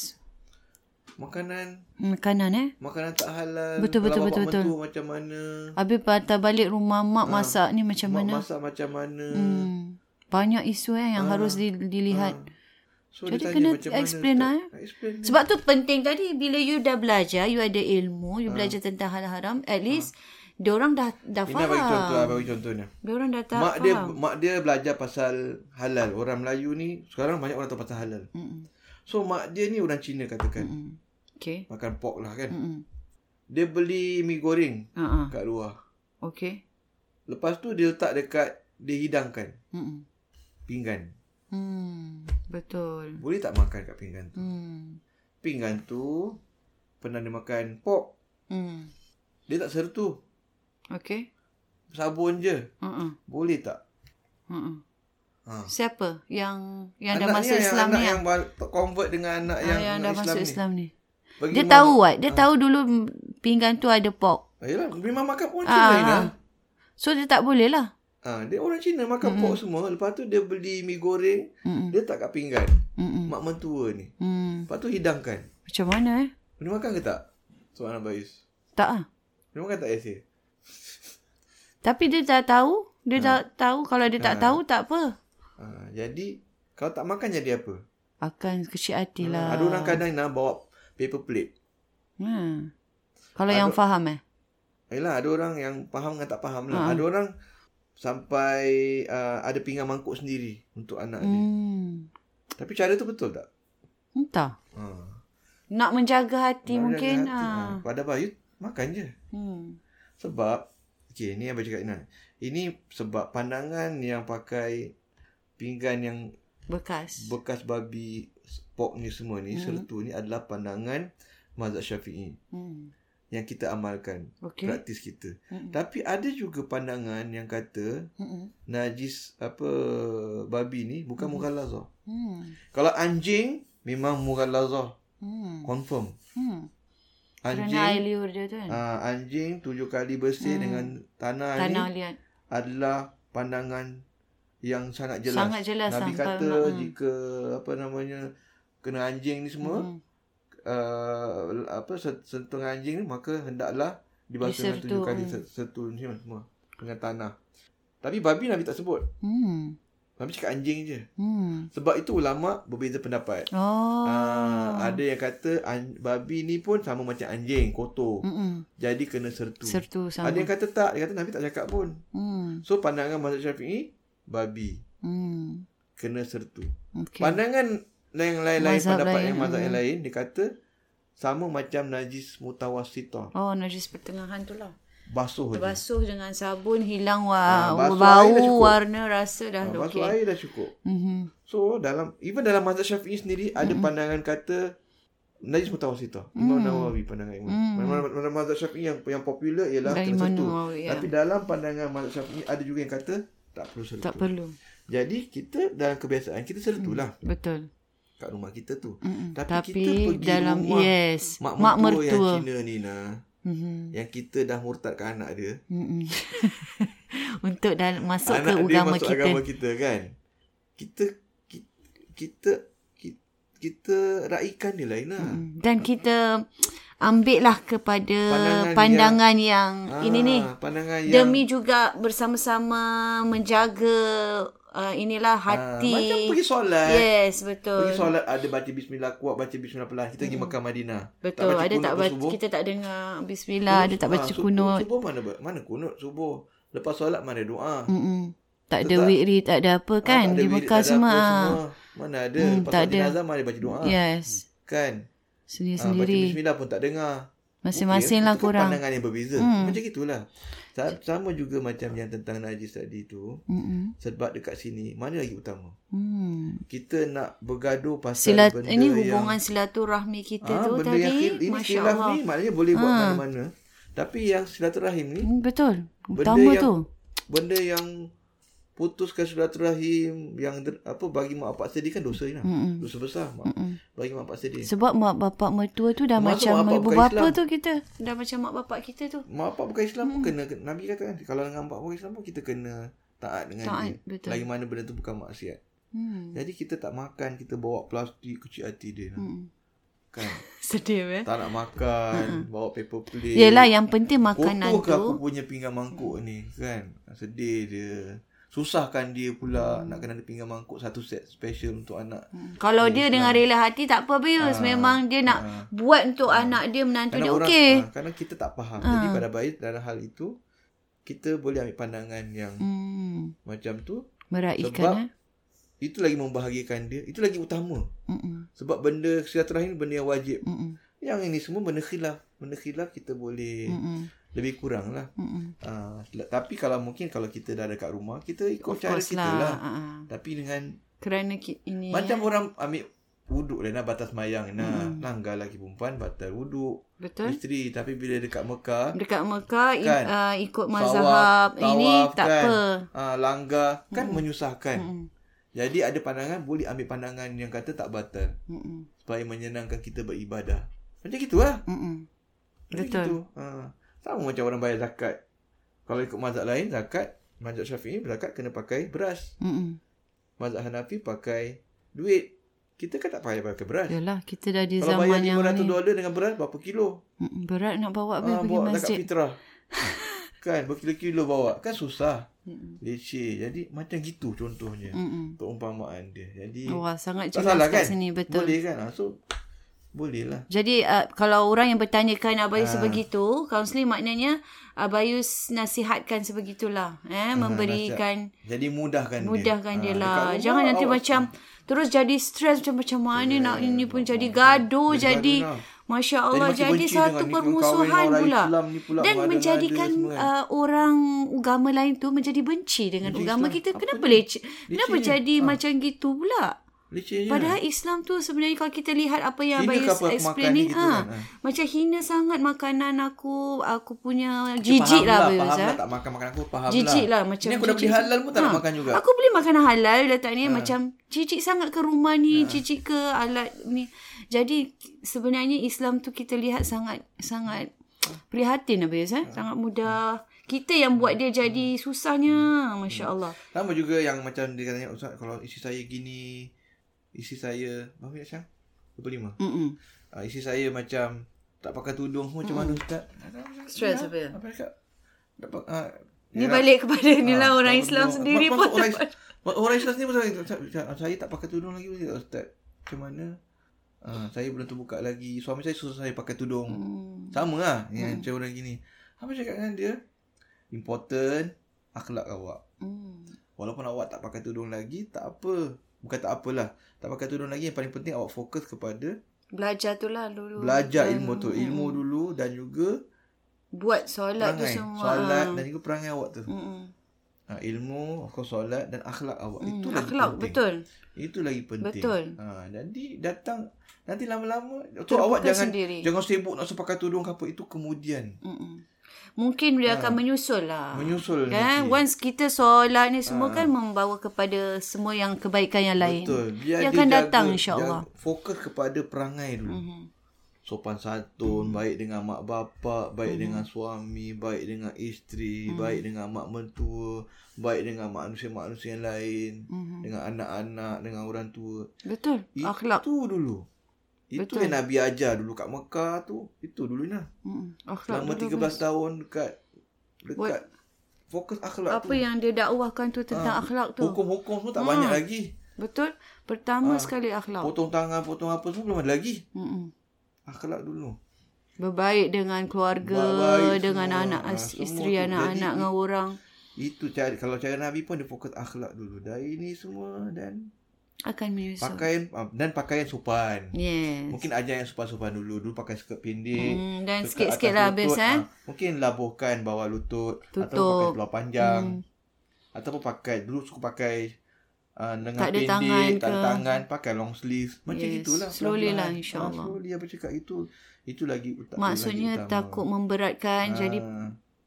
S2: makanan
S1: Makanan eh.
S2: makanan tak halal.
S1: Betul, betul,
S2: kalau
S1: betul,
S2: bapak
S1: betul.
S2: mentua macam mana.
S1: Habis patah balik rumah
S2: Ah.
S1: mak masak ni macam
S2: Mak
S1: mana?
S2: masak macam mana.
S1: Hmm. Banyak isu eh yang harus di, dilihat.
S2: Ah. So
S1: Jadi
S2: dia
S1: kena
S2: tanya macam mana.
S1: explain lah, eh.
S2: nak explain.
S1: Sebab tu penting tadi bila you dah belajar, you ada ilmu,
S2: Ah.
S1: you belajar tentang hal haram, at least diorang dah dah
S2: Ina Ah. bagi contoh,
S1: faham.
S2: ah, bagi contohnya.
S1: Diorang dah tak
S2: mak
S1: faham.
S2: dia mak dia belajar pasal halal. Orang Melayu ni sekarang banyak orang tahu pasal halal.
S1: Mm-mm.
S2: So mak dia ni orang Cina katakan.
S1: Mm. Okay.
S2: Makan pork lah kan.
S1: Mm-mm.
S2: Dia beli mi goreng
S1: Uh-uh.
S2: kat luar.
S1: Okay.
S2: Lepas tu dia letak dekat dia hidangkan
S1: Mm-mm.
S2: pinggan.
S1: Hmm. Betul.
S2: Boleh tak makan kat pinggan tu?
S1: Hmm.
S2: Pinggan tu pernah dia makan pork.
S1: Hmm.
S2: Dia tak sertu.
S1: Okay.
S2: Sabun je.
S1: Uh-uh.
S2: Boleh tak?
S1: Uh-uh.
S2: Ha.
S1: Siapa yang yang dah
S2: Anak
S1: masuk
S2: ni,
S1: Islam
S2: anak
S1: ni? eh?
S2: yang bal- convert dengan anak
S1: ah?
S2: yang,
S1: Ah, yang
S2: anak
S1: dah masuk
S2: ni.
S1: Islam ni.
S2: Bagi
S1: Dia
S2: mak-
S1: tahu what? Dia tahu dulu pinggan tu ada pork.
S2: Ayolah, Ah, memang makan pun Cina.
S1: Ah,
S2: Ina.
S1: ah. So dia tak boleh lah.
S2: Ha, dia orang Cina makan mm-hmm. pork semua. Lepas tu dia beli mi goreng.
S1: Mm-mm.
S2: Dia tak kat pinggan.
S1: Mm-mm.
S2: Mak mentua ni.
S1: Hmm.
S2: Lepas tu hidangkan.
S1: Macam mana eh?
S2: Dia makan ke tak? Soalan Bayus.
S1: Tak ah.
S2: Dia makan tak Yasir?
S1: Tapi dia dah tahu. Dia dah tahu. Kalau dia tak tahu, tak apa.
S2: Ha, jadi, kalau tak makan jadi apa?
S1: Akan kecil hati
S2: Ha,
S1: lah.
S2: ada orang kadang nak bawa paper plate.
S1: Hmm. Kalau yang faham eh?
S2: Yelah, ada orang yang faham dengan tak faham lah. Ada orang sampai uh, ada pinggan mangkuk sendiri untuk anak hmm. dia.
S1: Hmm.
S2: Tapi cara tu betul tak?
S1: Entah.
S2: Ha.
S1: Nak menjaga hati
S2: Nak
S1: mungkin.
S2: jaga hati.
S1: ah.
S2: Ha. Pada Bayu, makan je.
S1: Hmm.
S2: Sebab Okay ni abang cakap Inan Ini sebab pandangan yang pakai Pinggan yang
S1: Bekas.
S2: bekas babi Pork ni semua ni mm-hmm. Sertu ni adalah pandangan Mazhab Syafi'i
S1: hmm.
S2: Yang kita amalkan
S1: Okay.
S2: okay. Praktis kita
S1: Mm-mm.
S2: Tapi ada juga pandangan yang kata
S1: Mm-mm.
S2: Najis apa Babi ni bukan mm-hmm. mughalazah
S1: Hmm.
S2: Kalau anjing Memang mughalazah
S1: Hmm.
S2: Confirm
S1: Hmm. Kerana air
S2: Anjing
S1: liur dia tu kan.
S2: uh, Anjing tujuh kali bersih mm. dengan tanah, ni
S1: Tanah liat.
S2: adalah pandangan yang sangat jelas.
S1: Sangat jelas
S2: Nabi
S1: sampai
S2: kata
S1: mak- hmm.
S2: jika apa namanya kena anjing ni semua
S1: Hmm.
S2: uh, apa se- sentuh dengan anjing ni maka hendaklah dibasuh dengan
S1: Disertu,
S2: tujuh kali
S1: hmm.
S2: se- sentuh ni semua dengan tanah. Tapi babi Nabi tak sebut.
S1: Hmm.
S2: Nabi cakap anjing je.
S1: Hmm.
S2: Sebab itu ulama berbeza pendapat.
S1: Oh.
S2: Ah, ada yang kata an- babi ni pun sama macam anjing, kotor.
S1: Mm-mm.
S2: Jadi kena sertu.
S1: Sertu Hmm. sama.
S2: Ada yang kata tak, dia kata Nabi tak cakap pun.
S1: Hmm.
S2: So pandangan mazhab Syafi'i babi
S1: Hmm.
S2: kena sertu.
S1: Okay.
S2: Okay. Pandangan yang lain-lain
S1: Mazhab
S2: pendapat
S1: lain,
S2: yang mazhab yang
S1: hmm.
S2: lain dia kata sama macam najis mutawasitah.
S1: Oh, najis pertengahan tu lah.
S2: Basuh je. Basuh,
S1: Basuh dengan sabun, hilang
S2: Oh, Ah,
S1: wa,
S2: basuh air dah
S1: bau,
S2: cukup.
S1: warna, rasa dah
S2: okay. Ah, basuh
S1: okey.
S2: air dah cukup.
S1: Mhm.
S2: So dalam even dalam mazhab Syafi'i sendiri mm. ada pandangan kata najis mutawasitah. Imam Nawawi pandangan Imam. Mm. Dalam mazhab Syafi'i yang yang popular ialah
S1: Dari
S2: kena sertu.
S1: Nawawi, ya.
S2: Tapi dalam pandangan mazhab Syafi'i ada juga yang kata tak perlu sertu.
S1: Tak perlu.
S2: Jadi kita dalam kebiasaan kita sertulah mm.
S1: Betul.
S2: kat rumah kita tu.
S1: Mm-mm.
S2: Tapi,
S1: Tapi
S2: kita pergi
S1: dalam
S2: rumah
S1: yes,
S2: mak,
S1: mak
S2: mertua, yang
S1: mertua.
S2: Cina ni nah.
S1: Mhm.
S2: Yang kita dah murtadkan anak dia.
S1: Mm-mm. (laughs) Untuk dalam masuk
S2: anak
S1: ke
S2: dia
S1: agama
S2: masuk
S1: kita.
S2: agama kita kan. Kita kita kita, kita, kita raikan dia lah Ina. Hmm.
S1: Mm. Dan kita ambil lah kepada
S2: Pandangan
S1: pandangan, yang, yang ini ni.
S2: Ah, Pandangan yang
S1: Demi juga bersama-sama menjaga uh, inilah
S2: ah,
S1: hati. Ya.
S2: macam pergi solat.
S1: Yes,
S2: Pergi
S1: betul.
S2: solat ada baca bismillah kuat baca bismillah pelan. Kita
S1: Hmm.
S2: pergi makan Madinah.
S1: Betul,
S2: baca
S1: ada
S2: kunut
S1: tak
S2: pun
S1: baca,
S2: subuh.
S1: kita tak dengar bismillah, ada Lah, tak
S2: Ah,
S1: baca
S2: subuh-
S1: kunut.
S2: Subuh mana ba- mana kunut subuh. Lepas solat mana doa. Hmm.
S1: Mm-mm. Tak ada
S2: Betul tak?
S1: wikri, tak ada apa kan di Mekah semua.
S2: ah. Mana ada.
S1: Hmm,
S2: Lepas
S1: tak
S2: tak
S1: ada. Ya.
S2: jenazah mana baca doa.
S1: Yes,
S2: Kan? Ah, baca
S1: sendiri-sendiri.
S2: bismillah pun tak dengar.
S1: Masing-masing lah
S2: Itu kan
S1: korang.
S2: Pandangan yang berbeza. Hmm. Macam itulah. Sa- Sama juga macam yang tentang najis tadi tu.
S1: Mm-mm.
S2: Sebab dekat sini, mana lagi utama?
S1: Hmm.
S2: Kita nak bergaduh pasal
S1: Silat,
S2: benda
S1: ini
S2: yang...
S1: hubungan silaturahmi kita
S2: Ah,
S1: tu
S2: benda
S1: tadi.
S2: yang khil- ini
S1: Masya
S2: khilaf
S1: Allah. Ha.
S2: ni maknanya boleh buat mana-mana. Tapi yang silaturahim ni,
S1: Hmm, betul.
S2: benda
S1: Utama
S2: yang
S1: tu.
S2: benda yang putuskan silaturahim yang der, apa bagi mak bapak sedih kan dosa ni lah.
S1: Mm-mm.
S2: Dosa besar mak, bagi mak bapak sedih.
S1: Sebab mak bapak mertua tu dah
S2: Termasuk
S1: macam
S2: mak Eh. bapak
S1: ibu
S2: bukan
S1: bapa
S2: Islam.
S1: tu kita. Dah macam mak bapak kita tu.
S2: Mak bapak bukan Islam
S1: Mm.
S2: pun kena Nabi kata kan kalau dengan mak bukan Islam pun kita kena taat dengan
S1: Taat,
S2: dia.
S1: betul.
S2: Lagi mana benda tu bukan maksiat.
S1: Hmm.
S2: Jadi kita tak makan, kita bawa plastik kecil hati dia. Hmm.
S1: Hmm.
S2: Kan
S1: (laughs) Sedih eh.
S2: Tak nak makan Bawa paper plate
S1: Yelah yang penting makanan
S2: Kotor ke
S1: tu.
S2: aku punya pinggan mangkuk ni kan Sedih dia Susahkan dia pula Nak kena ada pinggan mangkuk Satu set special untuk anak
S1: Kalau
S2: Eh,
S1: dia dengan rela hati tak apa
S2: Ah.
S1: Bius. Memang dia nak buat untuk anak dia menantu dia okey. Ah.
S2: ah, Karena kita tak faham Jadi pada baik dalam hal itu Kita boleh ambil pandangan yang
S1: Hmm.
S2: Macam tu
S1: Meraihkan
S2: Ah. Sebab
S1: eh.
S2: Itu lagi membahagiakan dia Itu lagi utama
S1: Mm-mm.
S2: Sebab benda silaturahim ni Benda yang wajib
S1: Mm-mm.
S2: Yang ini semua benda khilaf Benda khilaf kita boleh
S1: Mm-mm.
S2: Lebih kurang lah
S1: Mm-mm.
S2: Ah, la- tapi kalau mungkin kalau kita dah dekat rumah kita ikut
S1: Of
S2: cara
S1: course
S2: kita
S1: lah.
S2: lah.
S1: Ah, ah.
S2: Tapi dengan
S1: Kerana ki- ini. eh.
S2: macam orang ambil wuduk lah nah, batas mayang nah hmm. langgar lagi perempuan batal wuduk
S1: Betul.
S2: isteri tapi bila dekat Mekah
S1: Dekat Mekah i-
S2: Kan?
S1: ah, ikut
S2: Sawaf,
S1: mazhab. ini
S2: tawaf
S1: tak
S2: kan.
S1: apa.
S2: ah langgar kan
S1: Hmm.
S2: menyusahkan.
S1: Mm-mm.
S2: Jadi ada pandangan boleh ambil pandangan yang kata tak batal
S1: Mm-mm.
S2: supaya menyenangkan kita beribadah. Macam gitulah.
S1: Mm-mm.
S2: Macam
S1: Betul.
S2: Gitu. Ha. Sama macam orang bayar zakat. Kalau ikut mazhab lain zakat mazhab Syafi'i zakat kena pakai beras.
S1: Mm-mm.
S2: Mazhab Hanafi pakai duit. Kita kan tak payah pakai beras.
S1: Yalah kita dah di
S2: Kalau
S1: zaman
S2: bayar
S1: yang
S2: $500
S1: ni.
S2: dolar dengan beras berapa kilo?
S1: Mm-mm. Berat nak bawa Bius
S2: Ah,
S1: pergi
S2: bawa
S1: masjid.
S2: zakat fitrah. (laughs) kan berkilo-kilo bawa. Kan susah.
S1: Mm-mm.
S2: Leceh. Jadi macam gitu contohnya.
S1: Mm-mm.
S2: Perumpamaan dia. Jadi
S1: Wah sangat
S2: Mm. tak
S1: jelas
S2: salah
S1: lah kat
S2: kan?
S1: sini betul.
S2: Boleh kan? Ah, so boleh lah.
S1: Jadi uh, kalau orang yang bertanyakan
S2: Ah.
S1: Abayus sebegitu, kaunseling maknanya Abayus nasihatkan sebegitulah, eh
S2: Ah,
S1: memberikan
S2: Jadi mudahkan,
S1: mudahkan dia,
S2: dia. Ah,
S1: lah.
S2: dekat rumah
S1: Jangan nanti
S2: awak-
S1: macam terus jadi stres macam macam mana nak ini pun jadi gaduh
S2: Jadi
S1: jadi
S2: gaduh lah.
S1: Masya Allah
S2: makin
S1: jadi
S2: benci
S1: satu
S2: dengan ni,
S1: permusuhan
S2: kawan-kawan
S1: pula.
S2: orang Islam ni
S1: Dan
S2: pula, mengada-ngada
S1: menjadikan
S2: semua kan.
S1: uh, orang agama lain tu menjadi benci dengan
S2: Benci
S1: agama
S2: Islam.
S1: kita.
S2: Apa
S1: Kenapa
S2: ni?
S1: leceh? Kenapa
S2: Lecehnya.
S1: jadi macam gitu pula?
S2: Lecehnya.
S1: Padahal Islam tu sebenarnya kalau kita lihat apa yang
S2: Ya. Hina
S1: Abayus
S2: ke apa aku
S1: explain
S2: makan
S1: ni,
S2: ni gitu
S1: ha,
S2: kan, ha.
S1: macam hina sangat makanan aku, aku punya
S2: Dia
S1: jijik
S2: faham
S1: lah
S2: Faham
S1: Abayus.
S2: lah
S1: Ha.
S2: tak makan makan aku faham
S1: Jijik
S2: lah.
S1: lah macam
S2: Ini aku dah beli
S1: jijik.
S2: halal pun tak nak
S1: Ha.
S2: makan juga.
S1: Aku beli makanan halal letak
S2: Ha.
S1: ni macam jijik sangat ke rumah ni,
S2: Ya.
S1: jijik ke alat ni. Jadi sebenarnya Islam tu kita lihat sangat sangat prihatin Abayus
S2: Ya.
S1: eh. Sangat mudah. Kita yang buat dia
S2: Hmm.
S1: jadi susahnya. Masya Allah.
S2: Sama juga yang macam dia katanya Ustaz kalau isi saya gini Isi saya Berapa minit Syang? 25
S1: Mm-mm.
S2: uh, Isi saya macam Tak pakai tudung pun macam mana Ustaz?
S1: Stress apa ya?
S2: Hmm. Apa cakap? Dapat uh,
S1: Ni balik kepada
S2: Ha,
S1: ni lah orang Islam sendiri pun.
S2: orang, Is- orang Islam sendiri pun saya- saya- Saya tak pakai tudung lagi pun Ustaz Macam mana? Uh, saya belum terbuka lagi Suami saya suruh saya pakai tudung
S1: Hmm.
S2: Sama lah Yang macam orang gini Apa cakap dengan dia? Important Akhlak awak
S1: Hmm.
S2: Walaupun awak tak pakai tudung lagi, tak apa. Bukan tak apalah. Tak pakai tudung lagi, yang paling penting awak fokus kepada
S1: Belajar tu lah dulu.
S2: belajar
S1: Dan-
S2: ilmu tu. Ilmu
S1: Mm-mm.
S2: dulu dan juga
S1: Buat solat tu
S2: perangai.
S1: semua. Hmm.
S2: Solat dan juga perangai awak tu.
S1: Mm-mm.
S2: Ha, ilmu, of course, solat dan akhlak awak.
S1: Mm.
S2: Itu lagi
S1: Akhlak,
S2: penting.
S1: betul.
S2: Itu lagi penting.
S1: Betul.
S2: Ha, jadi datang, nanti lama-lama, tu
S1: Terpukul
S2: awak jangan
S1: sendiri.
S2: jangan sibuk nak suruh pakai tudung ke apa. Itu kemudian.
S1: Mm-mm. Mungkin dia akan menyusul lah.
S2: Ah. Menyusul
S1: Kan?
S2: nanti. Ah.
S1: Once kita solat ni semua kan membawa kepada semua yang kebaikan yang lain.
S2: Betul. Biar
S1: Dia
S2: dia
S1: akan
S2: jaga-
S1: datang
S2: jaga-
S1: insya-Allah.
S2: Fokus kepada perangai dulu.
S1: Mhm.
S2: sopan santun, baik dengan mak bapak,
S1: Hmm.
S2: baik dengan suami, baik dengan isteri, baik dengan mak mentua, baik dengan manusia-manusia yang lain,
S1: Mhm.
S2: dengan anak-anak, dengan orang tua.
S1: Betul. Akhlak.
S2: Itu dulu. Itu
S1: Betul.
S2: yang Nabi ajar dulu kat Mekah tu. Itu dulu nah.
S1: Mm-mm. Akhlak.
S2: Selama
S1: dulu,
S2: 13
S1: guys.
S2: tahun dekat dekat
S1: Buat-
S2: fokus akhlak
S1: Apa
S2: tu.
S1: yang dia dakwahkan tu tentang
S2: Ah,
S1: akhlak tu. Hmm.
S2: Hukum-hukum semua tak banyak lagi.
S1: Betul?
S2: Ah.
S1: Pertama sekali akhlak.
S2: Potong tangan, potong apa semua belum ada lagi.
S1: Mm-mm.
S2: Akhlak dulu.
S1: Berbaik dengan keluarga,
S2: Baik
S1: dengan
S2: semua.
S1: anak,
S2: Ah, semua
S1: isteri,
S2: tu.
S1: anak-anak,
S2: Jadi,
S1: dengan orang.
S2: Itu cara kalau cara Nabi pun dia fokus akhlak dulu. Dah ini semua dan
S1: Akan menyusul.
S2: pakaian ah, dan pakaian sopan.
S1: Yes.
S2: Mungkin ajar yang sopan-sopan dulu. Dulu pakai skirt pendek.
S1: Hmm, dan
S2: skirt
S1: sikit-sikit
S2: atas
S1: lah habis
S2: lutut.
S1: eh.
S2: Ah, mungkin labuhkan bawah lutut
S1: Tutup. Mm.
S2: atau
S1: Hmm.
S2: pakai seluar panjang. Ataupun pakai dulu suka pakai uh, lengan
S1: Tak ada
S2: pendek,
S1: tangan
S2: tak ada
S1: ke.
S2: tangan, pakai long sleeve. Macam
S1: Yes,
S2: gitulah.
S1: slowly
S2: pelan-pelan.
S1: lah, insyaAllah.
S2: Ah, slowly apa cakap itu itu lagi utama. lagi
S1: Maksudnya
S2: utama.
S1: takut memberatkan
S2: Ah,
S1: jadi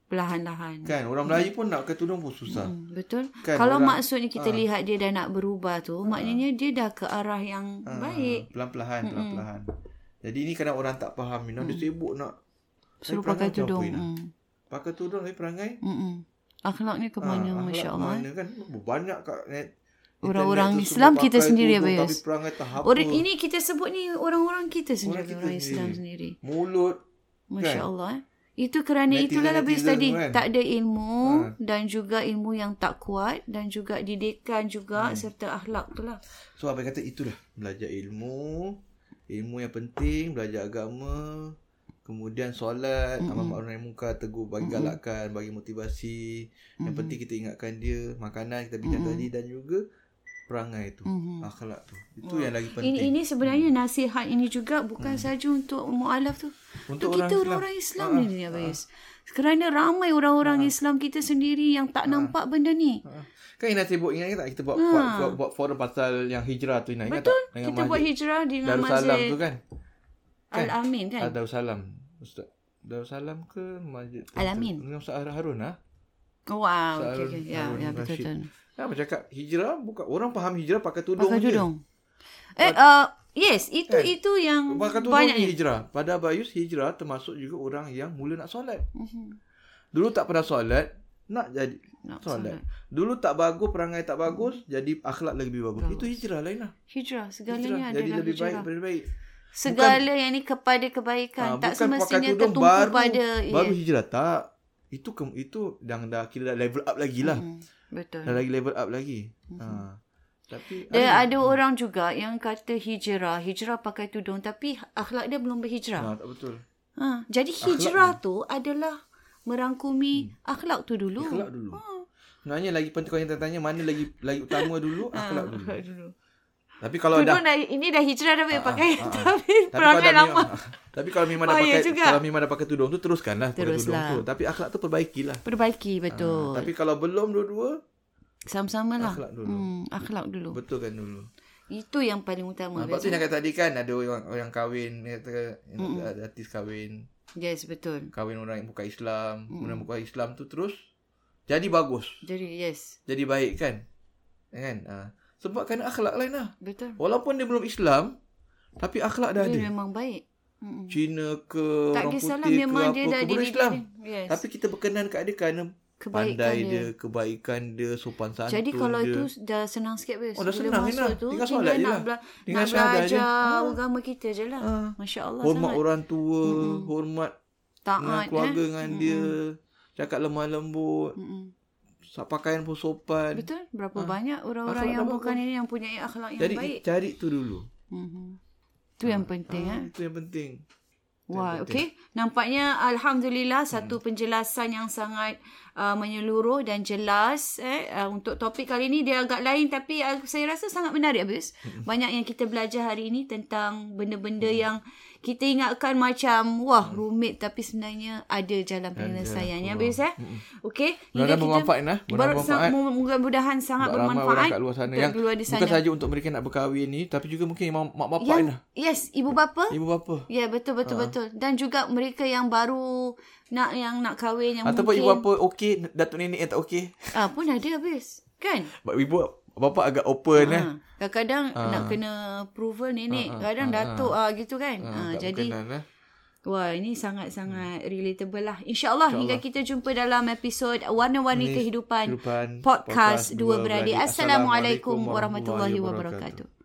S1: perlahan-lahan.
S2: kan orang Melayu pun nak pakai tudung pun susah.
S1: Hmm, betul.
S2: Kan,
S1: Kalau
S2: orang-
S1: maksudnya kita lihat dia dah nak berubah tu, maknanya dia dah ke arah yang
S2: Ah,
S1: baik.
S2: Pelan-pelan, pelan-pelan. Jadi ini kadang orang tak faham, you know,
S1: Mm.
S2: dia sibuk nak
S1: Suruh pakai
S2: perangai macam apa
S1: tudung.
S2: ni?
S1: Hmm.
S2: pakai tudung tapi perangai.
S1: Mm-mm. Akhlaknya ke
S2: ah,
S1: mana
S2: akhlak
S1: masya-Allah.
S2: Mana kan banyak kat net
S1: eh. orang-orang Islam kita sendiri habis.
S2: perangai tahap
S3: Orang ini kita sebut ni orang-orang kita sendiri,
S2: kita
S3: orang, Islam
S2: sendiri.
S3: sendiri.
S2: mulut
S1: Masya Allah. Eh. Itu kerana
S2: Netizen-
S1: itulah lah Bayus
S2: netizen
S1: tadi.
S2: tu kan.
S1: Tak ada ilmu dan juga ilmu yang tak kuat dan juga didikan
S2: Hmm.
S1: juga serta akhlak tu lah.
S2: So abang kata itulah belajar ilmu, ilmu yang penting, belajar agama, kemudian solat, mm-hmm. amal ma'ruf nahi munkar, tegur bagi mm-hmm. galakan, bagi motivasi. Mm-hmm.
S1: Hmm.
S2: Yang penting kita ingatkan dia, makanan kita bincang mm-hmm. tadi dan juga perangai tu,
S1: Hmm,
S2: mm-hmm. akhlak tu. Itu yang lagi penting. Hmm.
S1: Ini, ini sebenarnya nasihat ini juga bukan saja untuk mu'alaf tu.
S2: Untuk
S1: Untuk, kita
S2: orang Islam. Ha,
S1: orang-orang Islam ni ni Bayus. Kerana ramai orang-orang Islam kita sendiri yang
S2: Ha.
S1: tak nampak benda ni.
S2: Kan Ina sibuk ingat tak kita buat, ha. buat, buat, buat forum pasal yang hijrah tu Ina ingat Betul. tak?
S1: Kita buat hijrah dengan
S2: Darussalam
S1: Masjid
S2: tu kan?
S1: Al-Amin kan?
S2: Ah, Darussalam. Ustaz. Darussalam ke masjid?
S1: Al-Amin.
S2: Dengan Ustaz Harun ah.
S1: Wow,
S2: Ustaz
S1: okay, okay. ya,
S2: Harun
S1: ya
S2: Rashid.
S1: betul betul.
S2: Apa Kan cakap hijrah bukan orang faham hijrah pakai tudung
S1: Pakai
S2: je.
S1: tudung. Eh, uh, yes, itu itu yang
S2: Pakai Eh, tudung
S1: banyak
S2: ni hijrah. Pada Abayus hijrah termasuk juga orang yang mula nak solat.
S1: Mhm.
S2: Dulu tak pernah solat, nak jadi
S1: Nak
S2: solat. Dulu tak bagus, perangai tak bagus, jadi akhlak lebih bagus. Itu hijrah lain lah.
S1: Hijrah,
S2: Hijrah.
S1: segalanya ada
S2: Jadi
S1: dalam
S2: lebih
S1: hijrah.
S2: baik, lebih baik.
S1: Segala yang ni kepada kebaikan.
S2: Ah,
S1: tak
S2: bukan pakai
S1: semestinya
S2: tudung
S1: tertumpu
S2: baru,
S1: pada
S2: baru
S1: ya.
S2: hijrah tak. Itu ke, itu yang dah kira dah level up lagi lah.
S1: Hmm, Betul. Mhm.
S2: Dah lagi level up lagi. Ha. Tapi
S1: Dia ada orang juga yang kata hijrah, hijrah pakai tudung tapi akhlak dia belum berhijrah.
S2: ha, tak betul.
S1: Ha, jadi hijrah tu adalah merangkumi akhlak tu dulu.
S2: Hmm. Akhlak dulu.
S1: Ha.
S2: Sebenarnya lagi penting kalau yang tanya mana lagi lagi utama dulu
S1: Ha.
S2: akhlak dulu.
S1: Ah. dulu.
S2: Tapi kalau dah
S1: Tudung dah, ini dah hijrah dah boleh pakai
S2: ah, ah.
S1: (laughs) tapi
S2: Tapi lah. kalau,
S1: perangai lama.
S2: Mima, (laughs) tapi kalau Mima dah
S1: Bahaya
S2: pakai
S1: juga.
S2: kalau Mima dah pakai tudung tu teruskanlah pakai tudung
S1: Teruslah.
S2: tu. Tapi akhlak tu perbaikilah.
S1: Perbaiki betul.
S2: Ha, tapi kalau belum dua-dua,
S1: Sama-sama lah.
S2: Akhlak dulu.
S1: Hmm, akhlak dulu.
S2: betulkan dulu.
S1: Itu yang paling utama.
S2: Ha,
S1: Ha,
S2: sebab tu yang kata tadi kan ada orang orang kahwin dia kata mm artis kahwin,
S1: yes, betul.
S2: kahwin orang yang bukan Islam, mm orang bukan Islam tu terus jadi bagus,
S1: Jadi, yes.
S2: jadi baik kan? Kan? Ha. Sebab kan akhlak lain lah.
S1: Betul.
S2: Walaupun dia belum Islam, tapi akhlak dah
S1: Dia
S2: ada.
S1: memang baik. Mm-mm.
S2: Cina ke,
S1: Tak
S2: orang
S1: kisahlah
S2: putih ke,
S1: memang
S2: apa,
S1: dia dah
S2: keburu
S1: dididik.
S2: Islam.
S1: Yes.
S2: Tapi kita berkenan kat dia kerana
S1: Kebaikan
S2: pandai dia.
S1: dia.
S2: kebaikan dia, sopan santun
S1: Jadi kalau
S2: dia.
S1: itu dah senang sikit bes.
S2: Oh,
S1: Bila
S2: dah senang,
S1: masuk tu
S2: Inah. Tinggal
S1: tinggal
S2: solat je
S1: nak,
S2: lah.
S1: bela,
S2: Tinggal
S1: nak
S2: syahadah je.
S1: belajar
S2: Ah.
S1: agama kita je lah.
S2: Ah.
S1: Masya Allah
S2: hormat
S1: sangat.
S2: orang tua, mm hormat dengan
S1: Taat.
S2: keluarga
S1: eh.
S2: dengan dia, cakap lemah lembut,
S1: Mm-mm.
S2: sa- pakaian pun sopan.
S1: Betul. Berapa banyak orang-orang
S2: Ah. Akhlak
S1: yang
S2: dah
S1: bukan ini yang punya akhlak yang
S2: Jadi
S1: baik.
S2: cari tu dulu.
S1: Mhm. Itu yang penting. eh.
S2: Ha, itu yang penting.
S1: Wah, okey. Nampaknya alhamdulillah satu penjelasan yang sangat uh, menyeluruh dan jelas eh uh, untuk topik kali ini dia agak lain tapi uh, saya rasa sangat menarik habis. Banyak yang kita belajar hari ini tentang benda-benda
S2: Mm.
S1: yang kita ingatkan macam wah rumit tapi sebenarnya ada jalan penyelesaiannya habis eh. Okey,
S2: Mudah-mudahan bermanfaat, Inah.
S1: Bar-
S2: Mudah-mudahan
S1: sa- Mudah-mudahan sangat
S2: Sebab ramai
S1: bermanfaat
S2: orang kat luar sana
S1: untuk
S2: yang
S1: keluar di sana.
S2: bukan saja untuk mereka nak berkahwin ni, tapi juga mungkin yang mak, mak bapak
S1: yang,
S2: Inah,
S1: Ya, yes, ibu bapa
S2: ibu bapa.
S1: Ya betul betul
S2: Ha.
S1: uh. betul dan juga mereka yang baru nak yang nak kahwin yang
S2: Ataupun ibu
S1: mungkin
S2: bapa okey, datuk nenek yang tak okey.
S1: ah pun ada habis kan
S2: But ibu bapa agak open eh.
S1: ha. kadang-kadang uh. nak kena approval nenek uh, kadang uh, datuk ah uh. gitu kan uh,
S2: Ha, tak
S1: jadi
S2: berkenan, eh.
S1: Wah, ini sangat-sangat relatable lah. InsyaAllah hingga kita jumpa dalam episod Warna-Warni Kehidupan,
S2: Kehidupan
S1: Podcast Dua
S2: Dua
S1: Beradik.
S2: Beradik.
S1: Assalamualaikum
S2: Assalamualaikum
S1: warahmatullahi
S2: warahmatullahi
S1: wabarakatuh.